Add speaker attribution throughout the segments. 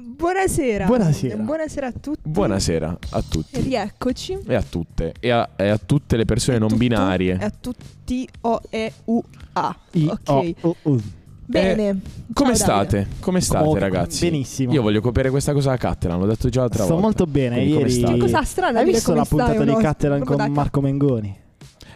Speaker 1: Buonasera.
Speaker 2: Buonasera.
Speaker 1: Buonasera a tutti.
Speaker 3: Buonasera a
Speaker 1: E
Speaker 3: tutti
Speaker 1: rieccoci.
Speaker 3: e a tutte e a, e a tutte le persone non
Speaker 1: Tutto- Eh,
Speaker 3: binarie.
Speaker 1: e A tutti O E U A.
Speaker 2: I-
Speaker 1: ok.
Speaker 2: oh, oh, oh.
Speaker 1: Bene.
Speaker 3: Come
Speaker 1: Ciao, Davide.
Speaker 3: state? Come state
Speaker 2: Come-
Speaker 3: ragazzi?
Speaker 2: Benissimo.
Speaker 3: Io voglio coprire questa cosa a Cattelan, l'ho detto già l'altra
Speaker 2: Sto
Speaker 3: volta.
Speaker 2: molto bene.
Speaker 3: Quindi come
Speaker 2: Ieri
Speaker 3: state?
Speaker 1: Cosa strana
Speaker 2: Hai
Speaker 1: dire
Speaker 2: visto
Speaker 1: come
Speaker 2: la
Speaker 1: stai,
Speaker 2: puntata di
Speaker 1: uno-
Speaker 2: Cattelan
Speaker 1: proprio
Speaker 2: con
Speaker 1: da-
Speaker 2: Marco Mengoni?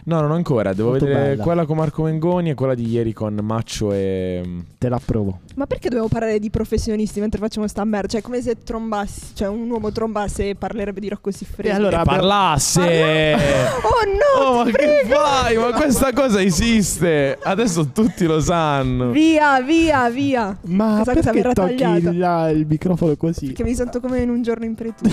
Speaker 3: No, non ancora, devo
Speaker 2: Molto
Speaker 3: vedere
Speaker 2: bella.
Speaker 3: quella con Marco Mengoni e quella di ieri con Maccio e
Speaker 2: Te l'approvo.
Speaker 1: Ma perché dobbiamo parlare di professionisti mentre facciamo sta merda? Cioè, è come se trombassi, cioè un uomo trombasse e parlerebbe di Rocco Siffredi.
Speaker 2: E allora-
Speaker 3: E
Speaker 2: abbiamo-
Speaker 3: parlasse.
Speaker 1: Oh no!
Speaker 3: Oh, ma
Speaker 1: ti
Speaker 3: che
Speaker 1: prego!
Speaker 3: fai? Ma questa cosa esiste. Adesso tutti lo sanno.
Speaker 1: Via, via, via!
Speaker 2: Ma
Speaker 1: Cosa che
Speaker 2: perché
Speaker 1: verrà tagliata?
Speaker 2: tocchi là il microfono così?
Speaker 1: Perché mi sento come in un giorno in pretù.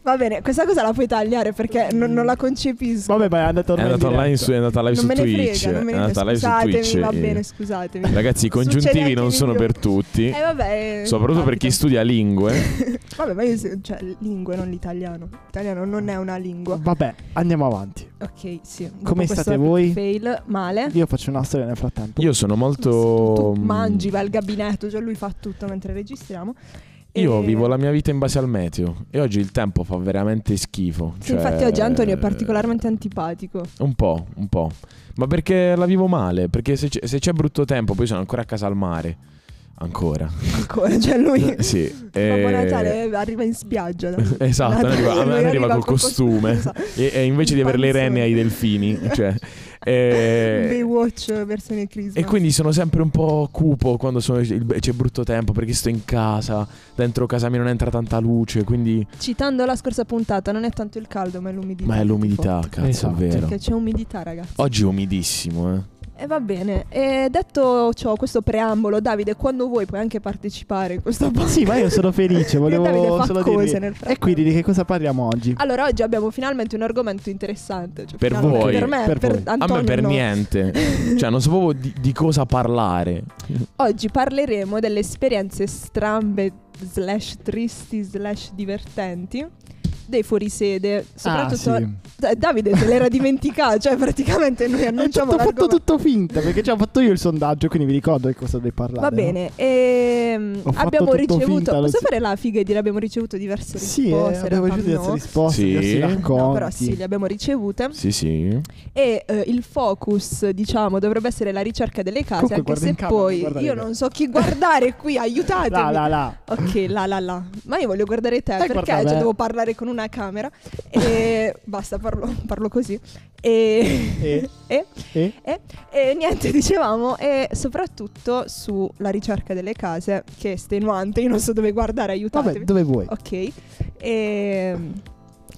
Speaker 1: Va bene, questa cosa la puoi tagliare perché non, non la concepisco.
Speaker 2: Vabbè, ma è andato
Speaker 3: È
Speaker 2: online.
Speaker 3: andata online
Speaker 2: diretta.
Speaker 3: su, è andata live
Speaker 1: non
Speaker 3: su
Speaker 1: me ne
Speaker 3: Twitch.
Speaker 1: frega, non me
Speaker 3: è
Speaker 1: ne
Speaker 3: andata
Speaker 1: frega.
Speaker 3: live su Twitch.
Speaker 1: Scusatemi, va
Speaker 3: eh.
Speaker 1: bene, scusatemi.
Speaker 3: Ragazzi, i
Speaker 1: Succede
Speaker 3: congiuntivi
Speaker 1: anche
Speaker 3: non sono
Speaker 1: migliore.
Speaker 3: per tutti.
Speaker 1: Eh vabbè.
Speaker 3: Soprattutto per chi
Speaker 1: capita.
Speaker 3: studia lingue.
Speaker 1: Vabbè, ma io se- cioè lingue, non l'italiano. L'italiano non è una lingua.
Speaker 2: Vabbè, andiamo avanti.
Speaker 1: Ok, sì. Dopo
Speaker 2: Come
Speaker 1: questo
Speaker 2: state voi?
Speaker 1: Fail, male.
Speaker 2: Io faccio una storia nel frattempo.
Speaker 3: Io sono molto.
Speaker 1: Tu mangi, va al gabinetto, cioè lui fa tutto mentre registriamo.
Speaker 3: Io
Speaker 1: E-
Speaker 3: vivo la mia vita in base al meteo. E oggi il tempo fa veramente schifo.
Speaker 1: Sì,
Speaker 3: Cioè,
Speaker 1: infatti oggi Antonio è particolarmente antipatico.
Speaker 3: Un po', un po'. Ma perché la vivo male? Perché se c'è, se c'è brutto tempo, poi sono ancora a casa al mare. Ancora.
Speaker 1: Ancora, cioè lui...
Speaker 3: sì.
Speaker 1: Babbo
Speaker 3: eh,
Speaker 1: Natale arriva in spiaggia. da-
Speaker 3: Esatto,
Speaker 1: Natale,
Speaker 3: arriva- a me
Speaker 1: lui
Speaker 3: arriva col costume.
Speaker 1: esatto.
Speaker 3: E, e invece di
Speaker 1: Il
Speaker 3: avere le
Speaker 1: panzone.
Speaker 3: rene ai delfini. Cioè, eh,
Speaker 1: Baywatch versione Christmas.
Speaker 3: E quindi sono sempre un po' cupo quando sono- il- c'è brutto tempo perché sto in casa, dentro casa mia non entra tanta luce, quindi...
Speaker 1: Citando la scorsa puntata, non è tanto il caldo, ma è l'umidità.
Speaker 3: Ma è l'umidità,
Speaker 1: Forte.
Speaker 3: cazzo,
Speaker 2: Esatto.
Speaker 3: è vero.
Speaker 1: Perché c'è umidità, ragazzi.
Speaker 3: Oggi è umidissimo, eh.
Speaker 1: E va bene. E detto ciò, questo preambolo, Davide, quando vuoi puoi anche partecipare in questo podcast.
Speaker 2: Sì, ma io sono felice.
Speaker 1: Davide
Speaker 2: Volevo
Speaker 1: fa
Speaker 2: solo
Speaker 1: cose
Speaker 2: dire.
Speaker 1: nel
Speaker 2: E
Speaker 1: frattempo.
Speaker 2: quindi di che cosa parliamo oggi?
Speaker 1: Allora, oggi abbiamo finalmente un argomento interessante. cioè,
Speaker 3: Per
Speaker 1: finalmente
Speaker 3: voi.
Speaker 1: Per me,
Speaker 2: Per
Speaker 1: per,
Speaker 2: voi.
Speaker 1: Antonio.
Speaker 3: a me per
Speaker 1: no.
Speaker 3: niente. cioè, non sapevo di, di cosa parlare.
Speaker 1: Oggi parleremo delle esperienze strambe, slash tristi, slash divertenti. Dei fuorisede,
Speaker 2: ah, sì.
Speaker 1: soprattutto Da- Davide se l'era dimenticato, cioè praticamente noi
Speaker 2: È tutto
Speaker 1: annunciamo
Speaker 2: fatto
Speaker 1: diciamo l'argomento.
Speaker 2: tutto finta perché già ho fatto io il sondaggio, quindi vi ricordo di cosa devi parlare.
Speaker 1: Va
Speaker 2: no?
Speaker 1: bene, ehm,
Speaker 2: Ho fatto
Speaker 1: abbiamo
Speaker 2: tutto
Speaker 1: ricevuto,
Speaker 2: finta, lo
Speaker 1: posso
Speaker 2: si-
Speaker 1: fare la figa e dire abbiamo ricevuto diverse
Speaker 2: Sì, eh,
Speaker 1: risposte,
Speaker 2: abbiamo
Speaker 1: in realtà
Speaker 2: ricevuto diverse
Speaker 1: no.
Speaker 2: risposte,
Speaker 3: Sì.
Speaker 2: diversi
Speaker 3: No,
Speaker 2: racconti.
Speaker 1: No, però sì, le abbiamo ricevute
Speaker 3: Sì, sì.
Speaker 1: e eh, il focus, diciamo, dovrebbe essere la ricerca delle case,
Speaker 2: Comunque,
Speaker 1: anche
Speaker 2: guarda
Speaker 1: se
Speaker 2: in camera,
Speaker 1: poi
Speaker 2: guarda
Speaker 1: io
Speaker 2: lì.
Speaker 1: non so chi guardare qui, aiutatemi.
Speaker 2: Là, là, là.
Speaker 1: Ok, la la la. Ma io voglio guardare te perché
Speaker 2: guarda
Speaker 1: cioè,
Speaker 2: me.
Speaker 1: devo parlare con una camera e basta, parlo, parlo così. E-
Speaker 2: E-
Speaker 1: e
Speaker 2: Eh?
Speaker 1: E, e niente, dicevamo, e soprattutto sulla ricerca delle case, che è stenuante, io non so dove guardare,
Speaker 2: Vabbè,
Speaker 1: aiutatemi.
Speaker 2: dove vuoi?
Speaker 1: ok. E,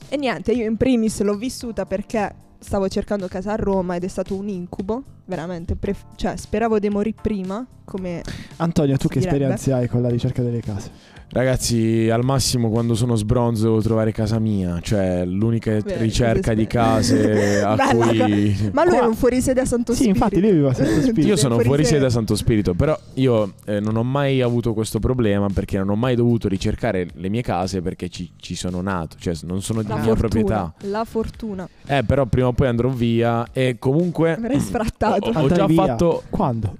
Speaker 1: e niente, io in primis l'ho vissuta perché stavo cercando casa a Roma ed è stato un incubo, veramente. pref- cioè, speravo di morire prima, come...
Speaker 2: Antonio, tu
Speaker 1: Si
Speaker 2: che
Speaker 1: direbbe.
Speaker 2: esperienze hai con la ricerca delle case?
Speaker 3: Ragazzi, al massimo quando sono sbronzo devo trovare casa mia. Cioè, l'unica
Speaker 1: Beh, esatto.
Speaker 3: ricerca di case a
Speaker 1: Bella
Speaker 3: cui...
Speaker 1: Ma lui
Speaker 2: Qua-
Speaker 1: è un fuorisede a Santo
Speaker 2: sì, infatti lui viveva senza spirito.
Speaker 3: Io sono
Speaker 1: fuori
Speaker 3: fuori
Speaker 1: sede.
Speaker 3: sede a Santo Spirito, però io eh, non ho mai avuto questo problema perché non ho mai dovuto ricercare le mie case perché ci, ci sono nato, cioè non sono di
Speaker 1: La
Speaker 3: mia
Speaker 1: fortuna,
Speaker 3: proprietà.
Speaker 1: la fortuna,
Speaker 3: Eh, però prima o poi andrò via e comunque...
Speaker 1: avrei sfrattato.
Speaker 3: Ho- ho-
Speaker 2: Andrai
Speaker 3: già
Speaker 2: via.
Speaker 3: fatto-
Speaker 2: Quando?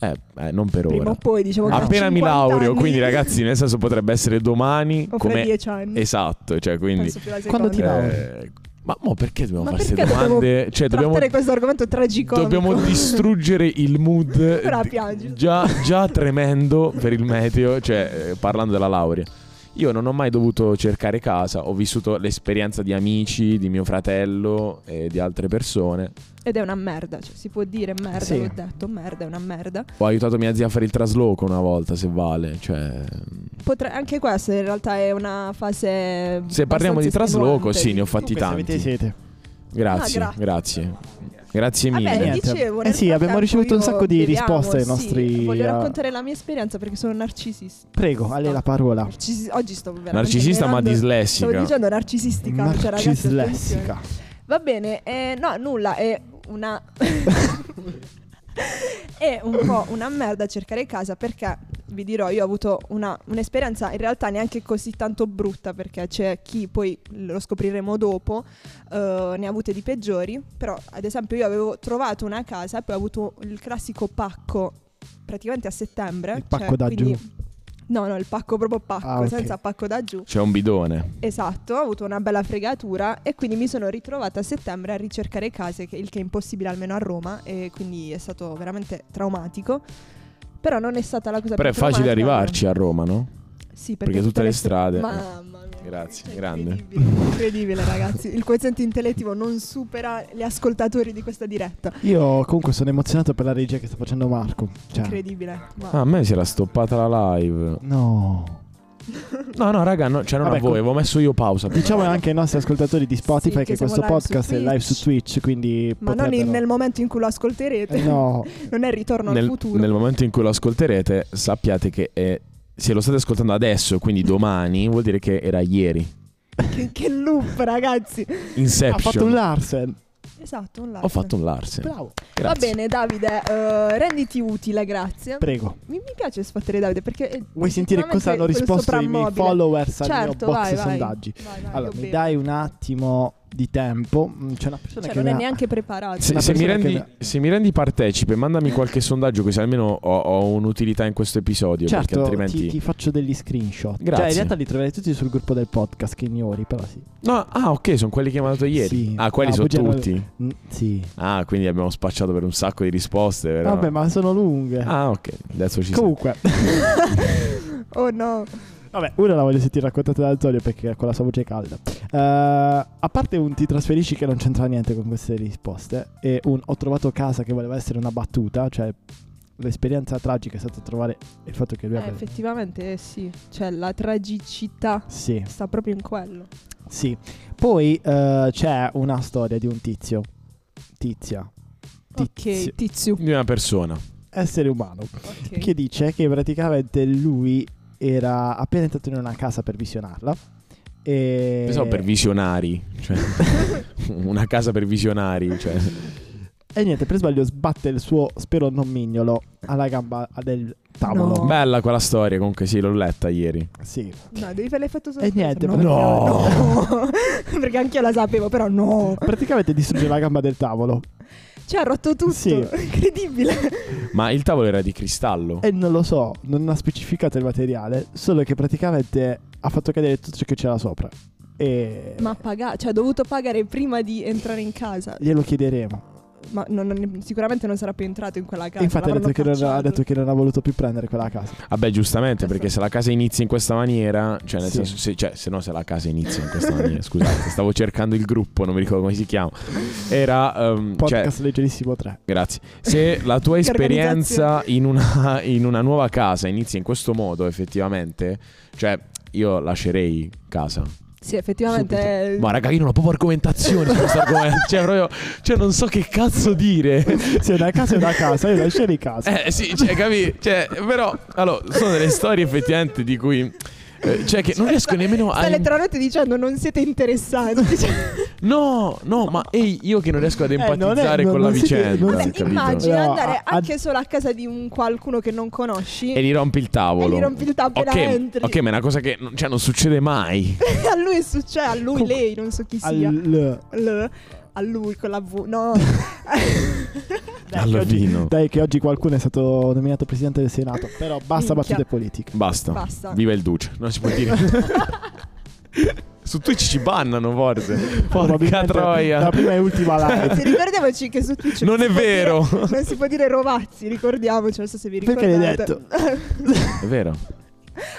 Speaker 3: Eh, eh, non per
Speaker 1: Prima o
Speaker 3: ora.
Speaker 1: poi, diciamo che
Speaker 3: Appena mi
Speaker 1: 50
Speaker 3: laureo,
Speaker 1: anni,
Speaker 3: quindi ragazzi, nel senso potrebbe essere domani.
Speaker 1: O fra
Speaker 3: come...
Speaker 1: dieci anni.
Speaker 3: Esatto, cioè quindi...
Speaker 1: penso più alla
Speaker 2: Quando ti
Speaker 1: seconda.
Speaker 2: laurei?
Speaker 3: eh, ma mo perché dobbiamo
Speaker 1: Ma
Speaker 3: fare queste
Speaker 1: perché dobbiamo
Speaker 3: domande? cioè, dobbiamo...
Speaker 1: trattare questo argomento tragicomico.
Speaker 3: Dobbiamo distruggere il mood eh,
Speaker 1: Ora
Speaker 3: di-
Speaker 1: piangi.
Speaker 3: già, già tremendo per il meteo, cioè eh, parlando della laurea. Io non ho mai dovuto cercare casa, ho vissuto l'esperienza di amici, di mio fratello e di altre persone.
Speaker 1: Ed è una merda, cioè si può dire merda,
Speaker 2: Sì.
Speaker 1: l'ho detto, merda, è una merda.
Speaker 3: Ho aiutato mia zia a fare il trasloco una volta, se vale. Cioè,
Speaker 1: Potre- anche questa in realtà è una fase...
Speaker 3: se parliamo di
Speaker 1: abbastanza
Speaker 3: trasloco,
Speaker 1: estenuante.
Speaker 3: sì, ne ho fatti tanti.
Speaker 2: siete.
Speaker 3: Grazie,
Speaker 1: Ah, grazie.
Speaker 3: grazie. Grazie mille.
Speaker 1: Vabbè,
Speaker 2: Niente.
Speaker 1: dicevo,
Speaker 2: Eh
Speaker 1: nel
Speaker 2: sì, abbiamo
Speaker 1: frattempo
Speaker 2: ricevuto un
Speaker 1: io-
Speaker 2: sacco di
Speaker 1: vediamo,
Speaker 2: risposte ai
Speaker 1: sì,
Speaker 2: nostri,
Speaker 1: Voglio
Speaker 2: eh,
Speaker 1: raccontare la mia esperienza perché sono narcisista.
Speaker 2: Prego, a lei la parola.
Speaker 1: Narcis- oggi sto veramente
Speaker 3: Narcisista ma
Speaker 1: menando-
Speaker 3: dislessica.
Speaker 1: Stavo dicendo narcisistica, cioè ragazzi, attenzione.
Speaker 2: Narcislessica.
Speaker 1: Va bene, eh, no, nulla, è una... è un po' una merda cercare casa perché, vi dirò, io ho avuto una- un'esperienza in realtà neanche così tanto brutta perché c'è chi, poi lo scopriremo dopo, eh, ne ha avute di peggiori, però ad esempio io avevo trovato una casa e poi ho avuto il classico pacco praticamente a settembre. cioè,
Speaker 2: Il pacco da
Speaker 1: quindi-
Speaker 2: giù.
Speaker 1: No, no, il pacco proprio pacco,
Speaker 2: Ah, ok.
Speaker 1: senza pacco da giù.
Speaker 3: C'è un bidone.
Speaker 1: Esatto, ho avuto una bella fregatura e quindi mi sono ritrovata a settembre a ricercare case, che- il che è impossibile almeno a Roma e quindi è stato veramente traumatico. Però non è stata la cosa
Speaker 3: Però è
Speaker 1: più
Speaker 3: facile
Speaker 1: traumatica.
Speaker 3: arrivarci a Roma, no?
Speaker 1: Sì,
Speaker 3: perché tutte le
Speaker 1: str-
Speaker 3: strade- Eh,
Speaker 1: Mamma mia.
Speaker 3: Grazie,
Speaker 1: cioè,
Speaker 3: grande.
Speaker 1: Incredibile, incredibile ragazzi. Il quoziente intellettivo non supera gli ascoltatori di questa diretta.
Speaker 3: Ah.
Speaker 2: Io comunque sono emozionato per la regia che sta facendo Marco. Cioè,
Speaker 1: Incredibile. ma-
Speaker 3: Ah, a me si era stoppata la live.
Speaker 2: no.
Speaker 3: No, no, raga, no, cioè non
Speaker 2: Vabbè,
Speaker 3: a voi,
Speaker 2: com-
Speaker 3: avevo messo io pausa.
Speaker 2: Diciamo anche ai nostri ascoltatori di Spotify
Speaker 1: Sì,
Speaker 2: che,
Speaker 1: che siamo
Speaker 2: questo
Speaker 1: live su
Speaker 2: podcast è
Speaker 1: Twitch.
Speaker 2: live su Twitch, quindi
Speaker 1: Ma non in-
Speaker 2: potrebbero...
Speaker 1: nel momento in cui lo ascolterete,
Speaker 2: Eh, No,
Speaker 1: non è il ritorno al
Speaker 3: Nel,
Speaker 1: futuro.
Speaker 3: nel momento in cui lo ascolterete, sappiate che è- se lo state ascoltando adesso, quindi domani, vuol dire che era ieri.
Speaker 1: Che, che loop, ragazzi.
Speaker 3: Inception.
Speaker 2: ha Ah, fatto un Larsen.
Speaker 1: Esatto, un live.
Speaker 3: Ho fatto un Larsen.
Speaker 2: Bravo.
Speaker 1: Va
Speaker 3: Grazie.
Speaker 1: bene, Davide, eh, renditi utile, grazie.
Speaker 2: Prego.
Speaker 1: mi, mi piace sfattere Davide perché. eh,
Speaker 2: Vuoi sentire cosa hanno
Speaker 1: sicuramente
Speaker 2: risposto i miei
Speaker 1: soprammobile.
Speaker 2: followers al
Speaker 1: Certo,
Speaker 2: mio box
Speaker 1: vai, vai.
Speaker 2: sondaggi?
Speaker 1: Vai, vai,
Speaker 2: Allora,
Speaker 1: Ah, io
Speaker 2: mi
Speaker 1: bevo.
Speaker 2: dai un attimo di tempo. Mm, C'è una persona
Speaker 1: Cioè,
Speaker 2: che
Speaker 1: non è
Speaker 2: mi ha-
Speaker 1: neanche preparato.
Speaker 3: Se,
Speaker 2: Una
Speaker 3: se mi
Speaker 2: persona
Speaker 3: rendi,
Speaker 2: che-
Speaker 3: se mi rendi partecipe, mandami qualche sondaggio così almeno ho, ho un'utilità in questo episodio. perché
Speaker 2: Certo,
Speaker 3: altrimenti...
Speaker 2: ti, ti faccio degli screenshot. Cioè,
Speaker 3: Grazie.
Speaker 2: in realtà li troverai tutti sul gruppo del podcast che ignori, però sì.
Speaker 3: No, ah, ok, sono quelli che mi hanno dato ieri.
Speaker 2: Sì.
Speaker 3: Ah, quelli
Speaker 2: Ah,
Speaker 3: sono
Speaker 2: bugia-
Speaker 3: tutti.
Speaker 2: Mm, sì.
Speaker 3: Ah, quindi abbiamo spacciato per un sacco di risposte. vero?
Speaker 2: Vabbè, ma sono lunghe.
Speaker 3: Ah, ok. Adesso ci siamo.
Speaker 2: Comunque,
Speaker 1: Oh no.
Speaker 2: vabbè, una la voglio sentire raccontata da Antonio perché con la sua voce calda. Eh, a parte un ti trasferisci che non c'entra niente con queste risposte e un ho trovato casa che voleva essere una battuta, cioè l'esperienza tragica è stata trovare il fatto che lui
Speaker 1: Eh,
Speaker 2: abbia...
Speaker 1: effettivamente eh, sì. Cioè, la tragicità
Speaker 2: Sì,
Speaker 1: sta proprio in quello.
Speaker 2: sì. Poi eh, c'è una storia di un tizio. Tizia. Tizio.
Speaker 1: Ok, tizio.
Speaker 3: Di una persona.
Speaker 2: Essere umano.
Speaker 1: Ok.
Speaker 2: che dice che praticamente lui era appena entrato in una casa per visionarla. E...
Speaker 3: Pensavo per visionari. Cioè, una casa per visionari. Cioè.
Speaker 2: E niente, per sbaglio sbatte il suo, spero non mignolo, alla gamba del tavolo.
Speaker 1: No.
Speaker 3: Bella quella storia, comunque sì, l'ho letta ieri.
Speaker 2: Sì.
Speaker 1: No, devi fare l'effetto sorpresa.
Speaker 2: niente,
Speaker 1: no.
Speaker 3: no.
Speaker 1: Eh, no. perché anch'io la sapevo, però no.
Speaker 2: Praticamente distrugge la gamba del tavolo
Speaker 1: Cioè, ha rotto tutto.
Speaker 2: Sì.
Speaker 1: Incredibile.
Speaker 3: Ma il tavolo era di cristallo.
Speaker 2: e non lo so, non ha specificato il materiale, solo che praticamente ha fatto cadere tutto ciò che c'era sopra. E
Speaker 1: Ma paga- cioè, ha dovuto pagare prima di entrare in casa.
Speaker 2: glielo chiederemo.
Speaker 1: Ma non- non- sicuramente non sarà più entrato in quella casa.
Speaker 2: E infatti ha detto,
Speaker 1: l'avranno
Speaker 2: che non, ha
Speaker 1: cacciato.
Speaker 2: detto che non ha voluto più prendere quella casa.
Speaker 3: Vabbè, Ah, giustamente, perché se la casa inizia in questa maniera, cioè nel
Speaker 2: Sì.
Speaker 3: senso, se, cioè, se no se la casa inizia in questa maniera, scusate, stavo cercando il gruppo, non mi ricordo come si chiama. Era, ehm, cioè,
Speaker 2: Podcast leggerissimo 3.
Speaker 3: grazie. Se la tua
Speaker 1: Che
Speaker 3: esperienza in una, in una nuova casa inizia in questo modo, effettivamente, cioè io lascerei casa.
Speaker 1: Sì, effettivamente.
Speaker 3: Ma raga, io non ho proprio argomentazioni su questo argomento, cioè proprio, cioè non so che cazzo dire.
Speaker 2: Sì, una casa è una casa, io lascerei in casa.
Speaker 3: Eh sì, cioè, capi? Cioè, però, allora, sono delle storie effettivamente di cui... eh, Cioè, che non riesco nemmeno
Speaker 1: Sta
Speaker 3: a...
Speaker 1: letteralmente dicendo non siete interessanti. Cioè,
Speaker 3: No, no, ma ehi, io che Eh, non riesco ad
Speaker 2: non è-
Speaker 3: empatizzare
Speaker 2: non-
Speaker 3: con la
Speaker 2: non si-
Speaker 3: vicenda.
Speaker 2: non si-
Speaker 3: capito?
Speaker 1: immagina
Speaker 2: No,
Speaker 1: andare
Speaker 2: a- a-
Speaker 1: anche solo a casa di un qualcuno che non conosci
Speaker 3: E
Speaker 1: e,
Speaker 3: gli rompi il tavolo.
Speaker 1: gli rompi il tappo
Speaker 3: ok,
Speaker 1: e entri.
Speaker 3: ok, ma è una cosa che non, cioè, non succede mai.
Speaker 1: a lui succede, a lui,
Speaker 2: Com-
Speaker 1: lei, non so chi sia.
Speaker 2: Al-
Speaker 1: L- a lui con la V. No.
Speaker 3: Al vino.
Speaker 2: Dai, che oggi qualcuno è stato nominato presidente del Senato. Però basta
Speaker 1: Minchia.
Speaker 2: battute politiche.
Speaker 3: Basta.
Speaker 1: Basta.
Speaker 3: Viva il duce. Non si può dire. Su Twitch ci bannano forse. Porca
Speaker 2: Probabilmente
Speaker 3: troia.
Speaker 2: La prima e ultima live.
Speaker 1: Sì, ricordiamoci che su Twitch
Speaker 3: Non è
Speaker 1: si può
Speaker 3: vero.
Speaker 1: dire- non si può dire Rovazzi, ricordiamoci, non so se vi
Speaker 2: Perché
Speaker 1: ricordate.
Speaker 2: l'hai detto?
Speaker 3: È vero.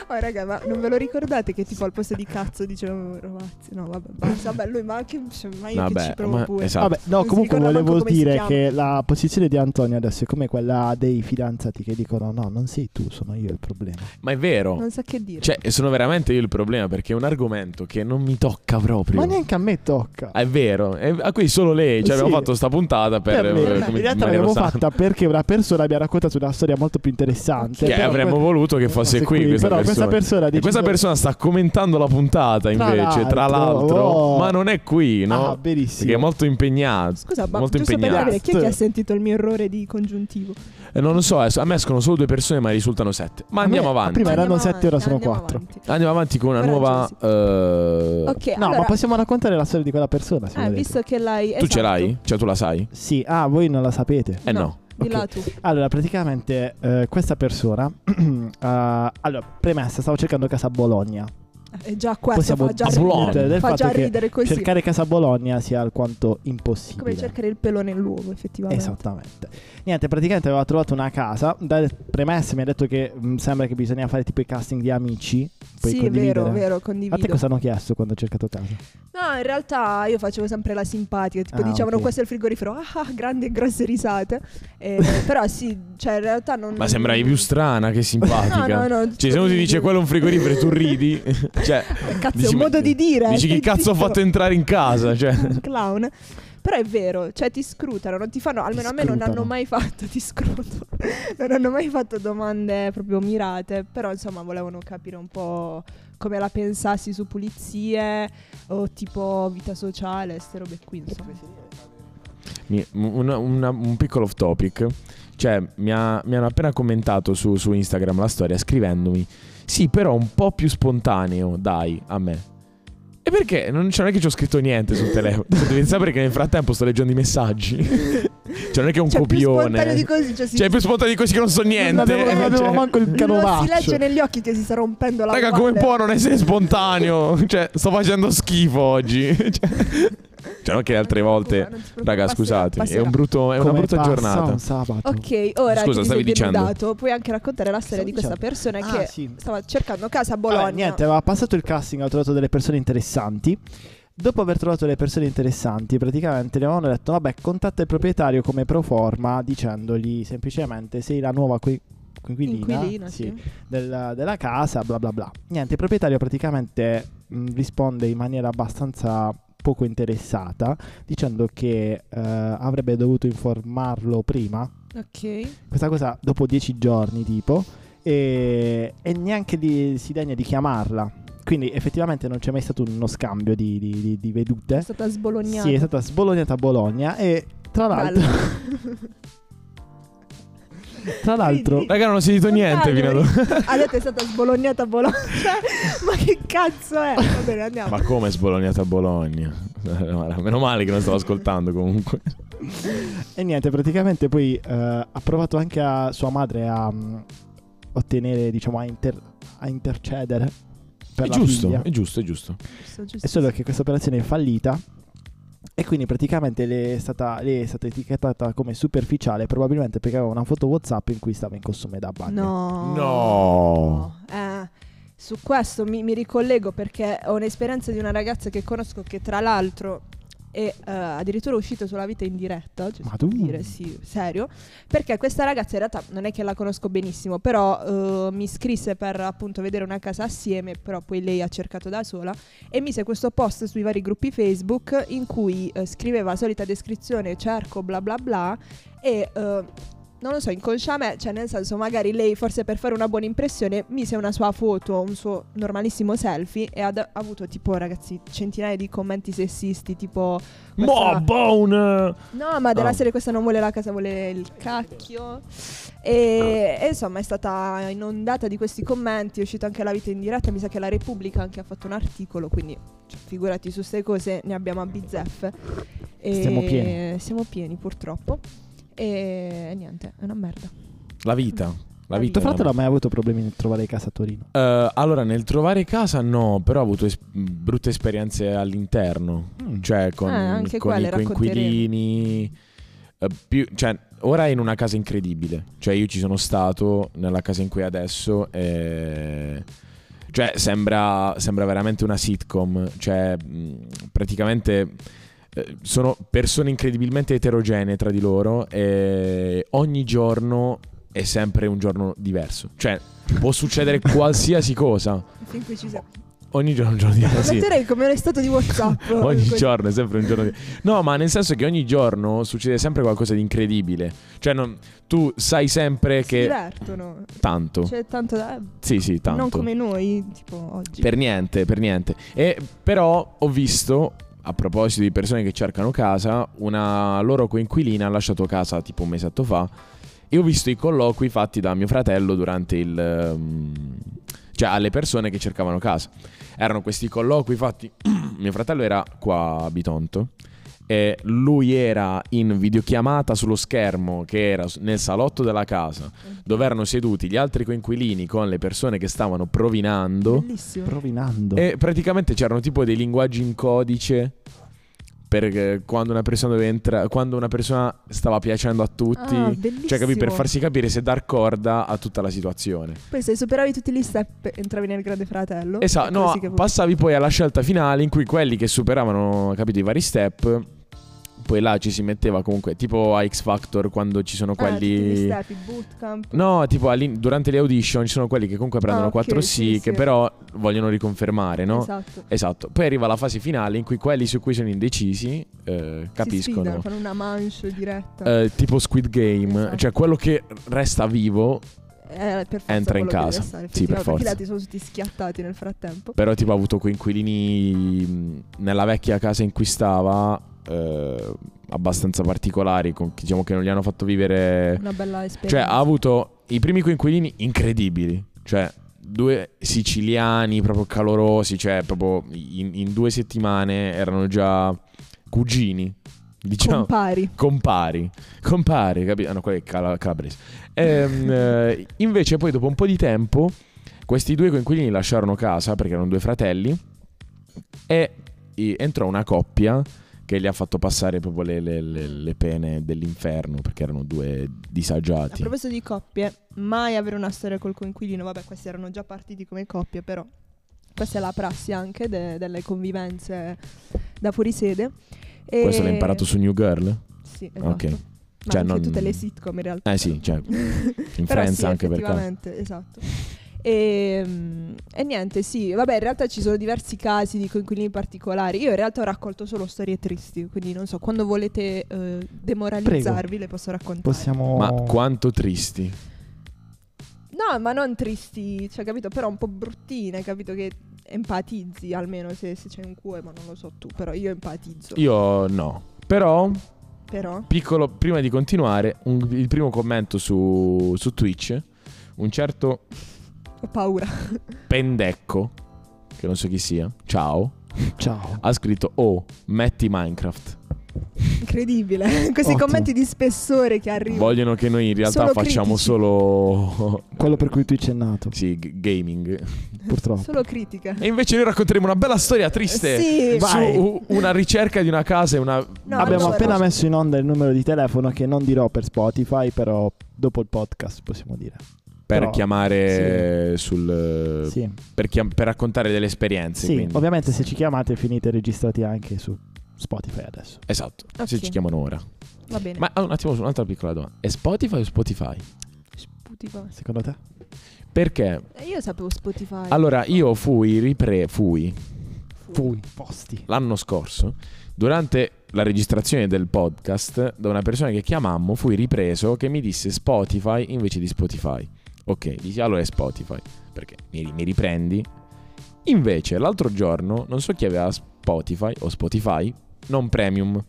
Speaker 1: Oh, raga, ma non ve lo ricordate che tipo al posto di cazzo dicevamo Rovazzi? No, vabbè, basta. Vabbè, lui, ma anche cioè, ma io che
Speaker 3: Vabbè,
Speaker 1: ci provo
Speaker 3: ma-
Speaker 1: pure.
Speaker 3: esatto.
Speaker 2: Vabbè, no,
Speaker 1: Non si
Speaker 2: comunque
Speaker 1: ricorda
Speaker 2: volevo
Speaker 1: manco come si
Speaker 2: dire
Speaker 1: chiama.
Speaker 2: che la posizione di Antonio adesso è come quella dei fidanzati che dicono: No, non sei tu, sono io il problema.
Speaker 3: Ma è vero.
Speaker 1: Non sa che dire.
Speaker 3: Cioè, sono veramente io il problema perché è un argomento che non mi tocca proprio.
Speaker 2: Ma neanche a me tocca.
Speaker 3: Ah, È vero, è- a qui solo lei. Cioè,
Speaker 2: Sì.
Speaker 3: abbiamo fatto sta puntata per.
Speaker 2: Per me,
Speaker 3: eh,
Speaker 2: in
Speaker 3: come- in
Speaker 2: realtà
Speaker 3: maniera
Speaker 2: l'abbiamo
Speaker 3: sana.
Speaker 2: fatta perché una persona mi ha raccontato una storia molto più interessante.
Speaker 3: Che
Speaker 2: però
Speaker 3: Cioè, avremmo voluto che fosse qui, questa
Speaker 2: però
Speaker 3: persona.
Speaker 2: questa persona
Speaker 3: E
Speaker 2: dice
Speaker 3: questa persona sta commentando la puntata
Speaker 2: Tra
Speaker 3: invece, tra
Speaker 2: l'altro,
Speaker 3: l'altro,
Speaker 2: oh.
Speaker 3: ma non è qui, no?
Speaker 2: Ah, benissimo.
Speaker 3: Perché è molto impegnato.
Speaker 1: Scusa, ma
Speaker 3: molto
Speaker 1: giusto per
Speaker 3: impegnato.
Speaker 1: capire, chi è che ha sentito il mio errore di congiuntivo?
Speaker 3: Eh, non lo so, adesso- a me escono solo due persone, ma risultano sette. Ma
Speaker 2: A
Speaker 3: andiamo
Speaker 2: me-
Speaker 3: avanti.
Speaker 2: prima erano
Speaker 1: Andiamo
Speaker 2: sette, ora
Speaker 1: avanti,
Speaker 2: sono
Speaker 1: andiamo
Speaker 2: quattro.
Speaker 1: avanti.
Speaker 3: Andiamo avanti con una nuova.
Speaker 1: Coraggiosi.
Speaker 3: eh,
Speaker 1: Ok,
Speaker 2: No,
Speaker 1: allora,
Speaker 2: ma possiamo raccontare la storia di quella persona. se
Speaker 1: eh,
Speaker 2: volete.
Speaker 1: visto che l'hai
Speaker 3: Tu
Speaker 1: esatto.
Speaker 3: ce l'hai? Cioè, tu la sai?
Speaker 2: Sì, ah, voi non la sapete.
Speaker 3: Eh no.
Speaker 1: No. Dilla
Speaker 2: Ok.
Speaker 1: tu.
Speaker 2: Allora, praticamente eh, questa persona... ah, allora, premessa, stavo cercando casa a Bologna.
Speaker 1: E Eh, già questo
Speaker 2: Possiamo
Speaker 1: fa già, ridere,
Speaker 3: Bologna.
Speaker 2: discutere del
Speaker 1: fa
Speaker 2: fatto
Speaker 1: già
Speaker 2: che
Speaker 1: ridere così.
Speaker 2: cercare casa a Bologna sia alquanto impossibile.
Speaker 1: Come cercare il pelo nell'uovo, effettivamente.
Speaker 2: Esatto, Esattamente. Niente, praticamente aveva trovato una casa. Da premesse mi ha detto che mh, sembra che bisogna fare tipo i casting di amici. Puoi
Speaker 1: Sì,
Speaker 2: condividere.
Speaker 1: vero, vero,
Speaker 2: A te
Speaker 1: condivido.
Speaker 2: cosa hanno chiesto quando hai cercato casa?
Speaker 1: No, in realtà io facevo sempre la simpatica, tipo
Speaker 2: Ah,
Speaker 1: dicevano
Speaker 2: ok.
Speaker 1: questo è il frigorifero, ah, ah, grandi e grosse risate. Eh, però sì, cioè in realtà non...
Speaker 3: Ma sembravi più strana che simpatica.
Speaker 1: No, no, no.
Speaker 3: Cioè, se uno ti dice quello è un frigorifero e tu ridi, cioè,
Speaker 1: eh, Cazzo, è
Speaker 3: dici,
Speaker 1: un
Speaker 3: ma-
Speaker 1: modo di dire. cioè,
Speaker 3: dici
Speaker 1: stai
Speaker 3: chi cazzo ho
Speaker 1: zitto."
Speaker 3: fatto entrare in casa, cioè.
Speaker 1: Un clown. Però è vero, cioè ti scrutano, non ti fanno, almeno a me non
Speaker 2: scrutano.
Speaker 1: hanno mai fatto, ti scruto, non hanno mai fatto domande proprio mirate, però insomma volevano capire un po' come la pensassi su pulizie o tipo vita sociale, ste robe qui insomma.
Speaker 3: Mi- una- una- un piccolo off topic. Cioè, mi, ha- mi hanno appena commentato su, su Instagram la storia scrivendomi: Sì, però un po' più spontaneo, dai, a me. E perché? Non, cioè, non è che ci ho scritto niente sul telefono. Devi sapere che nel frattempo sto leggendo i messaggi. cioè, non è che è un
Speaker 1: Cioè più
Speaker 3: copione.
Speaker 1: spontaneo di così, cioè si,
Speaker 3: Cioè, è più spontaneo di così che non so niente.
Speaker 2: Non avevo, non avevo
Speaker 3: Cioè,
Speaker 2: manco il
Speaker 1: lo si
Speaker 2: canovaccio.
Speaker 1: legge negli occhi che si sta rompendo la
Speaker 3: Raga,
Speaker 1: palle.
Speaker 3: come può non essere spontaneo? Cioè, sto facendo schifo oggi. cioè, cioè, non che le altre volte.
Speaker 1: Non ti preoccupare,
Speaker 3: Raga,
Speaker 1: passerà,
Speaker 3: scusate, è,
Speaker 1: passerà.
Speaker 3: un brutto- è una
Speaker 2: Come
Speaker 3: brutta
Speaker 2: passa
Speaker 3: giornata.
Speaker 2: un sabato.
Speaker 1: Ok, ora
Speaker 3: Scusa,
Speaker 1: ti
Speaker 3: stavi
Speaker 1: sei
Speaker 3: dicendo.
Speaker 1: denudato, puoi anche raccontare la storia
Speaker 2: Stavo
Speaker 1: di questa persona
Speaker 2: Ah,
Speaker 1: che
Speaker 2: sì.
Speaker 1: stava cercando casa a
Speaker 2: Vabbè,
Speaker 1: Bologna.
Speaker 2: niente, aveva passato il casting, aveva trovato delle persone interessanti. Dopo aver trovato le persone interessanti, praticamente gli avevano detto: Vabbè, contatta il proprietario come pro forma, dicendogli semplicemente sei la nuova qui- Inquilina,
Speaker 1: Inquilina,
Speaker 2: sì, della, della casa, bla bla bla. Niente, il proprietario praticamente mh, risponde in maniera abbastanza poco interessata, dicendo che eh, avrebbe dovuto informarlo prima
Speaker 3: Eh?
Speaker 1: Ok.
Speaker 2: questa cosa dopo dieci giorni tipo e, e neanche di- si degna di chiamarla quindi effettivamente non c'è mai stato uno scambio di, di- di- di
Speaker 1: È
Speaker 2: vedute
Speaker 1: stata sbolognata.
Speaker 2: sì è stata sbolognata a Bologna e tra l'altro tra l'altro
Speaker 1: Ridi.
Speaker 3: Raga, non ho sentito niente fino
Speaker 2: eh.
Speaker 3: ad ora.
Speaker 1: Ha detto è stata sbolognata a Bologna. Ma che cazzo è? Va bene, andiamo.
Speaker 3: Ma come è sbolognata a Bologna? Eh, Meno male che non stavo ascoltando comunque.
Speaker 2: e niente praticamente poi eh, ha provato anche a sua madre a mm, ottenere diciamo a, inter- a intercedere per
Speaker 3: È
Speaker 2: la
Speaker 3: giusto,
Speaker 2: figlia.
Speaker 3: è giusto, è giusto.
Speaker 1: Giusto, giusto.
Speaker 2: È solo che questa operazione è fallita e quindi praticamente le è stata, lei è stata etichettata come superficiale probabilmente perché aveva una foto WhatsApp in cui stava in costume da bagno.
Speaker 1: No.
Speaker 3: No.
Speaker 1: Eh, su questo mi, mi ricollego perché ho un'esperienza di una ragazza che conosco che tra l'altro è eh, addirittura uscita sulla vita in diretta, cioè,
Speaker 2: Ma
Speaker 1: si
Speaker 2: tu?
Speaker 1: può dire, sì, serio, perché questa ragazza in realtà non è che la conosco benissimo, però eh, mi iscrisse per appunto vedere una casa assieme, però poi lei ha cercato da sola e mise questo post sui vari gruppi Facebook in cui eh, scriveva solita descrizione, cerco bla bla bla e eh, non lo so, inconsciamente, cioè nel senso magari lei forse per fare una buona impressione mise una sua foto, un suo normalissimo selfie e ha da- ha avuto tipo ragazzi centinaia di commenti sessisti tipo questa-
Speaker 3: Mo, Bone!
Speaker 1: No, ma della
Speaker 3: Oh.
Speaker 1: serie questa non vuole la casa, vuole il cacchio. E, e insomma è stata inondata di questi commenti, è uscita anche la vita in diretta, mi sa che la Repubblica anche ha fatto un articolo, quindi cioè, figurati su queste cose, ne abbiamo a bizzeffe. E-
Speaker 2: Siamo pieni.
Speaker 1: Siamo pieni purtroppo. E niente, è una merda.
Speaker 3: La vita. La
Speaker 1: La
Speaker 3: vita.
Speaker 2: Tuo fratello ha mai avuto problemi nel trovare casa a Torino?
Speaker 3: Eh, allora, nel trovare casa no, però ho avuto es- brutte esperienze all'interno. Cioè, con,
Speaker 1: Ah, anche
Speaker 3: con
Speaker 1: quelle
Speaker 3: i coinquilini. eh, più- cioè, ora è in una casa incredibile. Cioè, io ci sono stato nella casa in cui è adesso. E... Cioè, sembra, sembra veramente una sitcom. Cioè, mh, praticamente. eh, Sono persone incredibilmente eterogenee tra di loro e ogni giorno è sempre un giorno diverso. Cioè, può succedere qualsiasi cosa.
Speaker 1: Fin qui ci siamo.
Speaker 3: Ogni giorno è un giorno diverso. Eh sì.
Speaker 1: Metterei come lo stato di WhatsApp.
Speaker 3: Ogni
Speaker 1: Quindi-
Speaker 3: giorno è sempre un giorno di... No, ma nel senso che ogni giorno succede sempre qualcosa di incredibile. Cioè, non- tu sai sempre
Speaker 1: Si
Speaker 3: che...
Speaker 1: divertono.
Speaker 3: Tanto.
Speaker 1: C'è tanto da. eh,
Speaker 3: sì, sì, tanto.
Speaker 1: cioè, Non come noi, tipo oggi.
Speaker 3: Per niente, per niente. E però ho visto, a proposito di persone che cercano casa, una loro coinquilina ha lasciato casa tipo un mesetto fa e ho visto i colloqui fatti da mio fratello durante il... ehm, cioè alle persone che cercavano casa. Erano questi colloqui fatti... mio fratello era qua a Bitonto E lui era in videochiamata sullo schermo che era s- nel salotto della casa, dove erano seduti gli altri coinquilini con le persone che stavano provinando.
Speaker 1: Bellissimo.
Speaker 2: Rovinando.
Speaker 3: E praticamente c'erano tipo dei linguaggi in codice per eh, quando una persona doveva entra- quando una persona stava piacendo a tutti.
Speaker 1: Ah,
Speaker 3: cioè, capì? Per
Speaker 1: bellissimo.
Speaker 3: farsi capire se dar corda a tutta la situazione.
Speaker 1: Poi se superavi tutti gli step entravi nel grande fratello.
Speaker 3: Esatto, no,
Speaker 1: Così che-
Speaker 3: passavi poi alla scelta finale in cui quelli che superavano, capito, i vari step, poi là ci si metteva comunque, tipo a X Factor quando ci sono
Speaker 1: Ah, tutti gli
Speaker 3: quelli...
Speaker 1: step, il bootcamp.
Speaker 3: no, tipo all'in- durante le audition ci sono quelli che comunque prendono
Speaker 1: Ah, ok,
Speaker 3: 4 sì,
Speaker 1: sì, sì.
Speaker 3: che però vogliono riconfermare, no?
Speaker 1: Esatto.
Speaker 3: Esatto, poi arriva la fase finale in cui quelli su cui sono indecisi eh,
Speaker 1: Si sfidano,
Speaker 3: capiscono.
Speaker 1: fanno una manche diretta.
Speaker 3: Eh, tipo Squid Game,
Speaker 1: Esatto.
Speaker 3: cioè quello che resta vivo,
Speaker 1: Eh, per forza
Speaker 3: entra
Speaker 1: quello che
Speaker 3: in
Speaker 1: deve
Speaker 3: casa.
Speaker 1: essere,
Speaker 3: Sì, per
Speaker 1: effettivamente,
Speaker 3: forza.
Speaker 1: Perché i dati sono tutti schiattati nel frattempo.
Speaker 3: però tipo ha avuto coinquilini mh, nella vecchia casa in cui stava, eh, abbastanza particolari, con- diciamo che non gli hanno fatto vivere...
Speaker 1: Una bella
Speaker 3: Cioè
Speaker 1: esperienza.
Speaker 3: ha avuto i primi coinquilini incredibili, cioè due siciliani proprio calorosi, cioè proprio in, in due settimane erano già cugini, diciamo.
Speaker 1: Compari.
Speaker 3: Compari, compari, capito? Ah, no, quello è cala- calabrese. Ehm, eh, invece, poi, dopo un po' di tempo, questi due coinquilini lasciarono casa perché erano due fratelli. E eh, entrò una coppia che gli ha fatto passare proprio le, le- le- le pene dell'inferno perché erano due
Speaker 1: A
Speaker 3: disagiati.
Speaker 1: proposito di coppie, mai avere una storia col coinquilino, vabbè, questi erano già partiti come coppie, però questa è la prassi anche de- delle convivenze da fuori sede. E-
Speaker 3: Questo l'ha imparato su New Girl?
Speaker 1: Sì, esatto.
Speaker 3: Ok.
Speaker 1: Ma
Speaker 3: Cioè,
Speaker 1: anche
Speaker 3: non-
Speaker 1: tutte le sitcom in realtà.
Speaker 3: Eh sì, cioè, in
Speaker 1: Però
Speaker 3: Friends
Speaker 1: sì,
Speaker 3: anche perché.
Speaker 1: effettivamente, esatto. E, mm, e niente, sì, vabbè, in realtà ci sono diversi casi di coinquilini particolari. Io in realtà ho raccolto solo storie tristi, quindi non so, quando volete eh, demoralizzarvi le posso raccontare.
Speaker 2: Possiamo...
Speaker 3: Ma
Speaker 1: Oh.
Speaker 3: quanto tristi.
Speaker 1: No, ma non tristi, cioè, capito? Però un po' bruttine, capito? Che empatizzi almeno se, se c'è un cuore, ma non lo so tu, però io empatizzo.
Speaker 3: Io no. Però
Speaker 1: Però.
Speaker 3: Piccolo, prima di continuare, un- il primo commento su, su Twitch, un certo
Speaker 1: Ho paura.
Speaker 3: Pendecco, che non so chi sia, ciao,
Speaker 2: Ciao.
Speaker 3: ha scritto Oh, metti Minecraft.
Speaker 1: Incredibile. Questi
Speaker 2: Ottimo.
Speaker 1: commenti di spessore che arrivano.
Speaker 3: Vogliono che noi in realtà
Speaker 1: Solo
Speaker 3: facciamo
Speaker 1: critici.
Speaker 3: solo
Speaker 2: Quello per cui Twitch è nato,
Speaker 3: sì, g- gaming.
Speaker 2: purtroppo.
Speaker 1: Solo critiche.
Speaker 3: E invece noi racconteremo una bella storia triste
Speaker 1: Sì.
Speaker 3: su
Speaker 2: Vai.
Speaker 3: una ricerca di una casa e una...
Speaker 2: Abbiamo
Speaker 1: allora-
Speaker 2: appena messo in onda il numero di telefono che non dirò per Spotify, però dopo il podcast possiamo dire.
Speaker 3: per
Speaker 2: però-
Speaker 3: chiamare sul...
Speaker 2: Sì,
Speaker 3: Per, chiam- per raccontare delle esperienze.
Speaker 2: Sì,
Speaker 3: Eh, quindi.
Speaker 2: ovviamente se ci chiamate finite registrati anche su Spotify adesso.
Speaker 3: Esatto, se
Speaker 1: Ok.
Speaker 3: ci chiamano ora.
Speaker 1: Va bene.
Speaker 3: Ma ah, un attimo, su un'altra piccola domanda. È Spotify o Spotify?
Speaker 1: Spotify.
Speaker 2: Secondo te?
Speaker 3: Perché?
Speaker 1: Eh, Io sapevo Spotify.
Speaker 3: Allora, io fui ripre... fui
Speaker 2: Fui, posti.
Speaker 3: l'anno scorso, durante la registrazione del podcast, da una persona che chiamammo, fui ripreso che mi disse Spotify invece di Spotify. Ok, dici allora è Spotify, perché mi, mi riprendi. Invece, l'altro giorno, non so chi aveva Spotify o Spotify, non premium,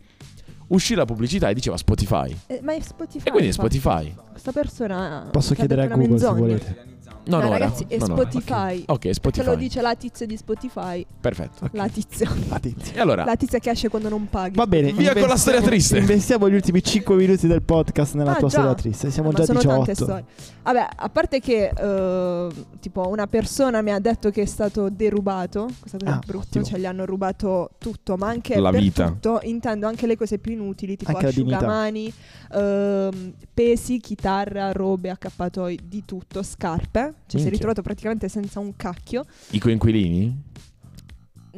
Speaker 3: uscì la pubblicità e diceva Spotify.
Speaker 1: Eh, ma è Spotify.
Speaker 3: E quindi è
Speaker 1: infatti.
Speaker 3: Spotify.
Speaker 1: Sta persona. ci
Speaker 2: Posso
Speaker 1: ha
Speaker 2: chiedere
Speaker 1: detto
Speaker 2: a
Speaker 1: una
Speaker 2: Google se
Speaker 1: menzogna.
Speaker 2: volete.
Speaker 3: Non
Speaker 1: Dai,
Speaker 3: ora.
Speaker 1: ragazzi, è
Speaker 3: non ora.
Speaker 1: Spotify.
Speaker 3: Ok, è
Speaker 1: Te lo
Speaker 3: Spotify.
Speaker 1: dice la tizia di Spotify.
Speaker 3: Perfetto.
Speaker 1: La tizia.
Speaker 2: La tizia.
Speaker 3: E allora,
Speaker 1: La tizia che esce quando non paghi.
Speaker 2: Va bene,
Speaker 3: Via con la storia triste.
Speaker 2: Investiamo gli ultimi 5 minuti del podcast nella
Speaker 1: Ah,
Speaker 2: tua
Speaker 1: già.
Speaker 2: storia triste. Siamo
Speaker 1: Ma
Speaker 2: già
Speaker 1: sono
Speaker 2: 18.
Speaker 1: tante storie. Vabbè, a parte che eh, tipo una persona mi ha detto che è stato derubato, questa cosa
Speaker 2: Ah,
Speaker 1: è brutta,
Speaker 2: ottimo.
Speaker 1: cioè gli hanno rubato tutto, ma anche
Speaker 3: La
Speaker 1: per
Speaker 3: vita.
Speaker 1: tutto, intendo anche le cose più inutili, tipo
Speaker 2: Anche la dignità.
Speaker 1: asciugamani, ehm, pesi, chitarra, robe, accappatoi, di tutto, scarpe, cioè si
Speaker 3: Minchia.
Speaker 1: è ritrovato praticamente senza un cacchio.
Speaker 3: i coinquilini?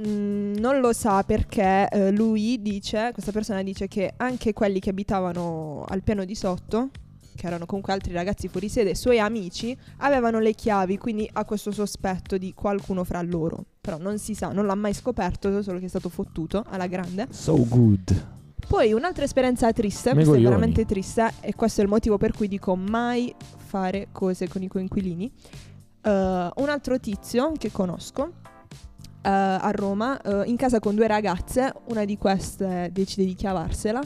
Speaker 1: Mm, non lo sa perché eh, lui dice, questa persona dice che anche quelli che abitavano al piano di sotto, che erano comunque altri ragazzi fuori sede, suoi amici, avevano le chiavi, quindi ha questo sospetto di qualcuno fra loro. Però non si sa, non l'ha mai scoperto, solo che è stato fottuto alla grande.
Speaker 2: So good.
Speaker 1: Poi un'altra esperienza triste,
Speaker 3: Nei
Speaker 1: questa è
Speaker 3: coglioni.
Speaker 1: veramente triste e questo è il motivo per cui dico mai fare cose con i coinquilini. Eh, un altro tizio che conosco eh, a Roma, eh, in casa con due ragazze, una di queste decide di chiavarsela,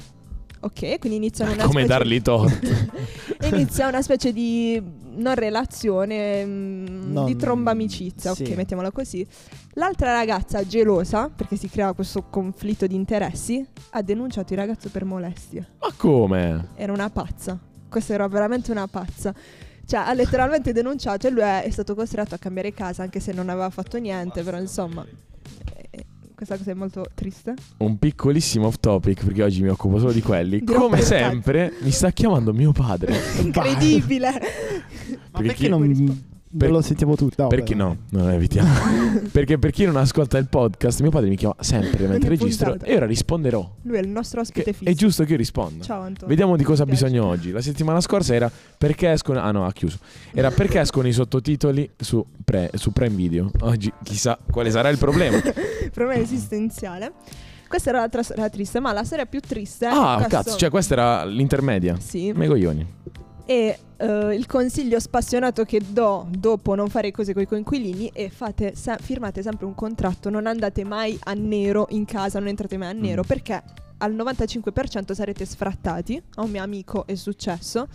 Speaker 1: Ok, quindi iniziano una
Speaker 3: Come
Speaker 1: specie
Speaker 3: dargli tot.
Speaker 1: Inizia una specie di non relazione, mm,
Speaker 2: Non-
Speaker 1: di tromba amicizia,
Speaker 2: sì.
Speaker 1: ok, mettiamola così. L'altra ragazza, gelosa, perché si crea questo conflitto di interessi, ha denunciato il ragazzo per molestia.
Speaker 3: Ma come?
Speaker 1: Era una pazza. Questa era veramente una pazza. Cioè, ha letteralmente denunciato e lui è, è stato costretto a cambiare casa, anche se non aveva fatto niente, però insomma... eh, Questa cosa è molto triste.
Speaker 3: Un piccolissimo off topic perché oggi mi occupo solo di quelli.
Speaker 1: Di
Speaker 3: Come
Speaker 1: rappresentanti.
Speaker 3: sempre mi sta chiamando mio padre.
Speaker 1: Incredibile!
Speaker 2: Ma
Speaker 3: Perché
Speaker 2: perché,
Speaker 3: chi-
Speaker 2: non,
Speaker 3: per-
Speaker 2: non lo sentiamo tutti? No,
Speaker 3: Perché
Speaker 2: beh,
Speaker 3: no? No, evitiamo. perché per chi non ascolta il podcast, mio padre mi chiama sempre mentre
Speaker 1: Ogni
Speaker 3: registro
Speaker 1: puntata.
Speaker 3: e ora risponderò.
Speaker 1: Lui è il nostro
Speaker 3: Che
Speaker 1: ospite fisso.
Speaker 3: è giusto che io risponda.
Speaker 1: Ciao Antonio.
Speaker 3: Vediamo di cosa ha
Speaker 1: Mi piace.
Speaker 3: bisogno oggi. La settimana scorsa era perché escono. Ah no, ha chiuso. Era perché escono i sottotitoli su, pre- su Prime Video. Oggi chissà quale sarà il problema.
Speaker 1: problema esistenziale. Questa era la, tras- la triste, ma la storia più triste.
Speaker 3: Ah,
Speaker 1: questo-
Speaker 3: cazzo, cioè questa era l'intermedia.
Speaker 1: Sì.
Speaker 3: Me coglioni.
Speaker 1: E eh, il consiglio spassionato che do dopo non fare cose con i coinquilini è fate se- firmate sempre un contratto, non andate mai a nero in casa, non entrate mai a nero
Speaker 3: Mm.
Speaker 1: perché al 95% sarete sfrattati. A un mio amico è successo.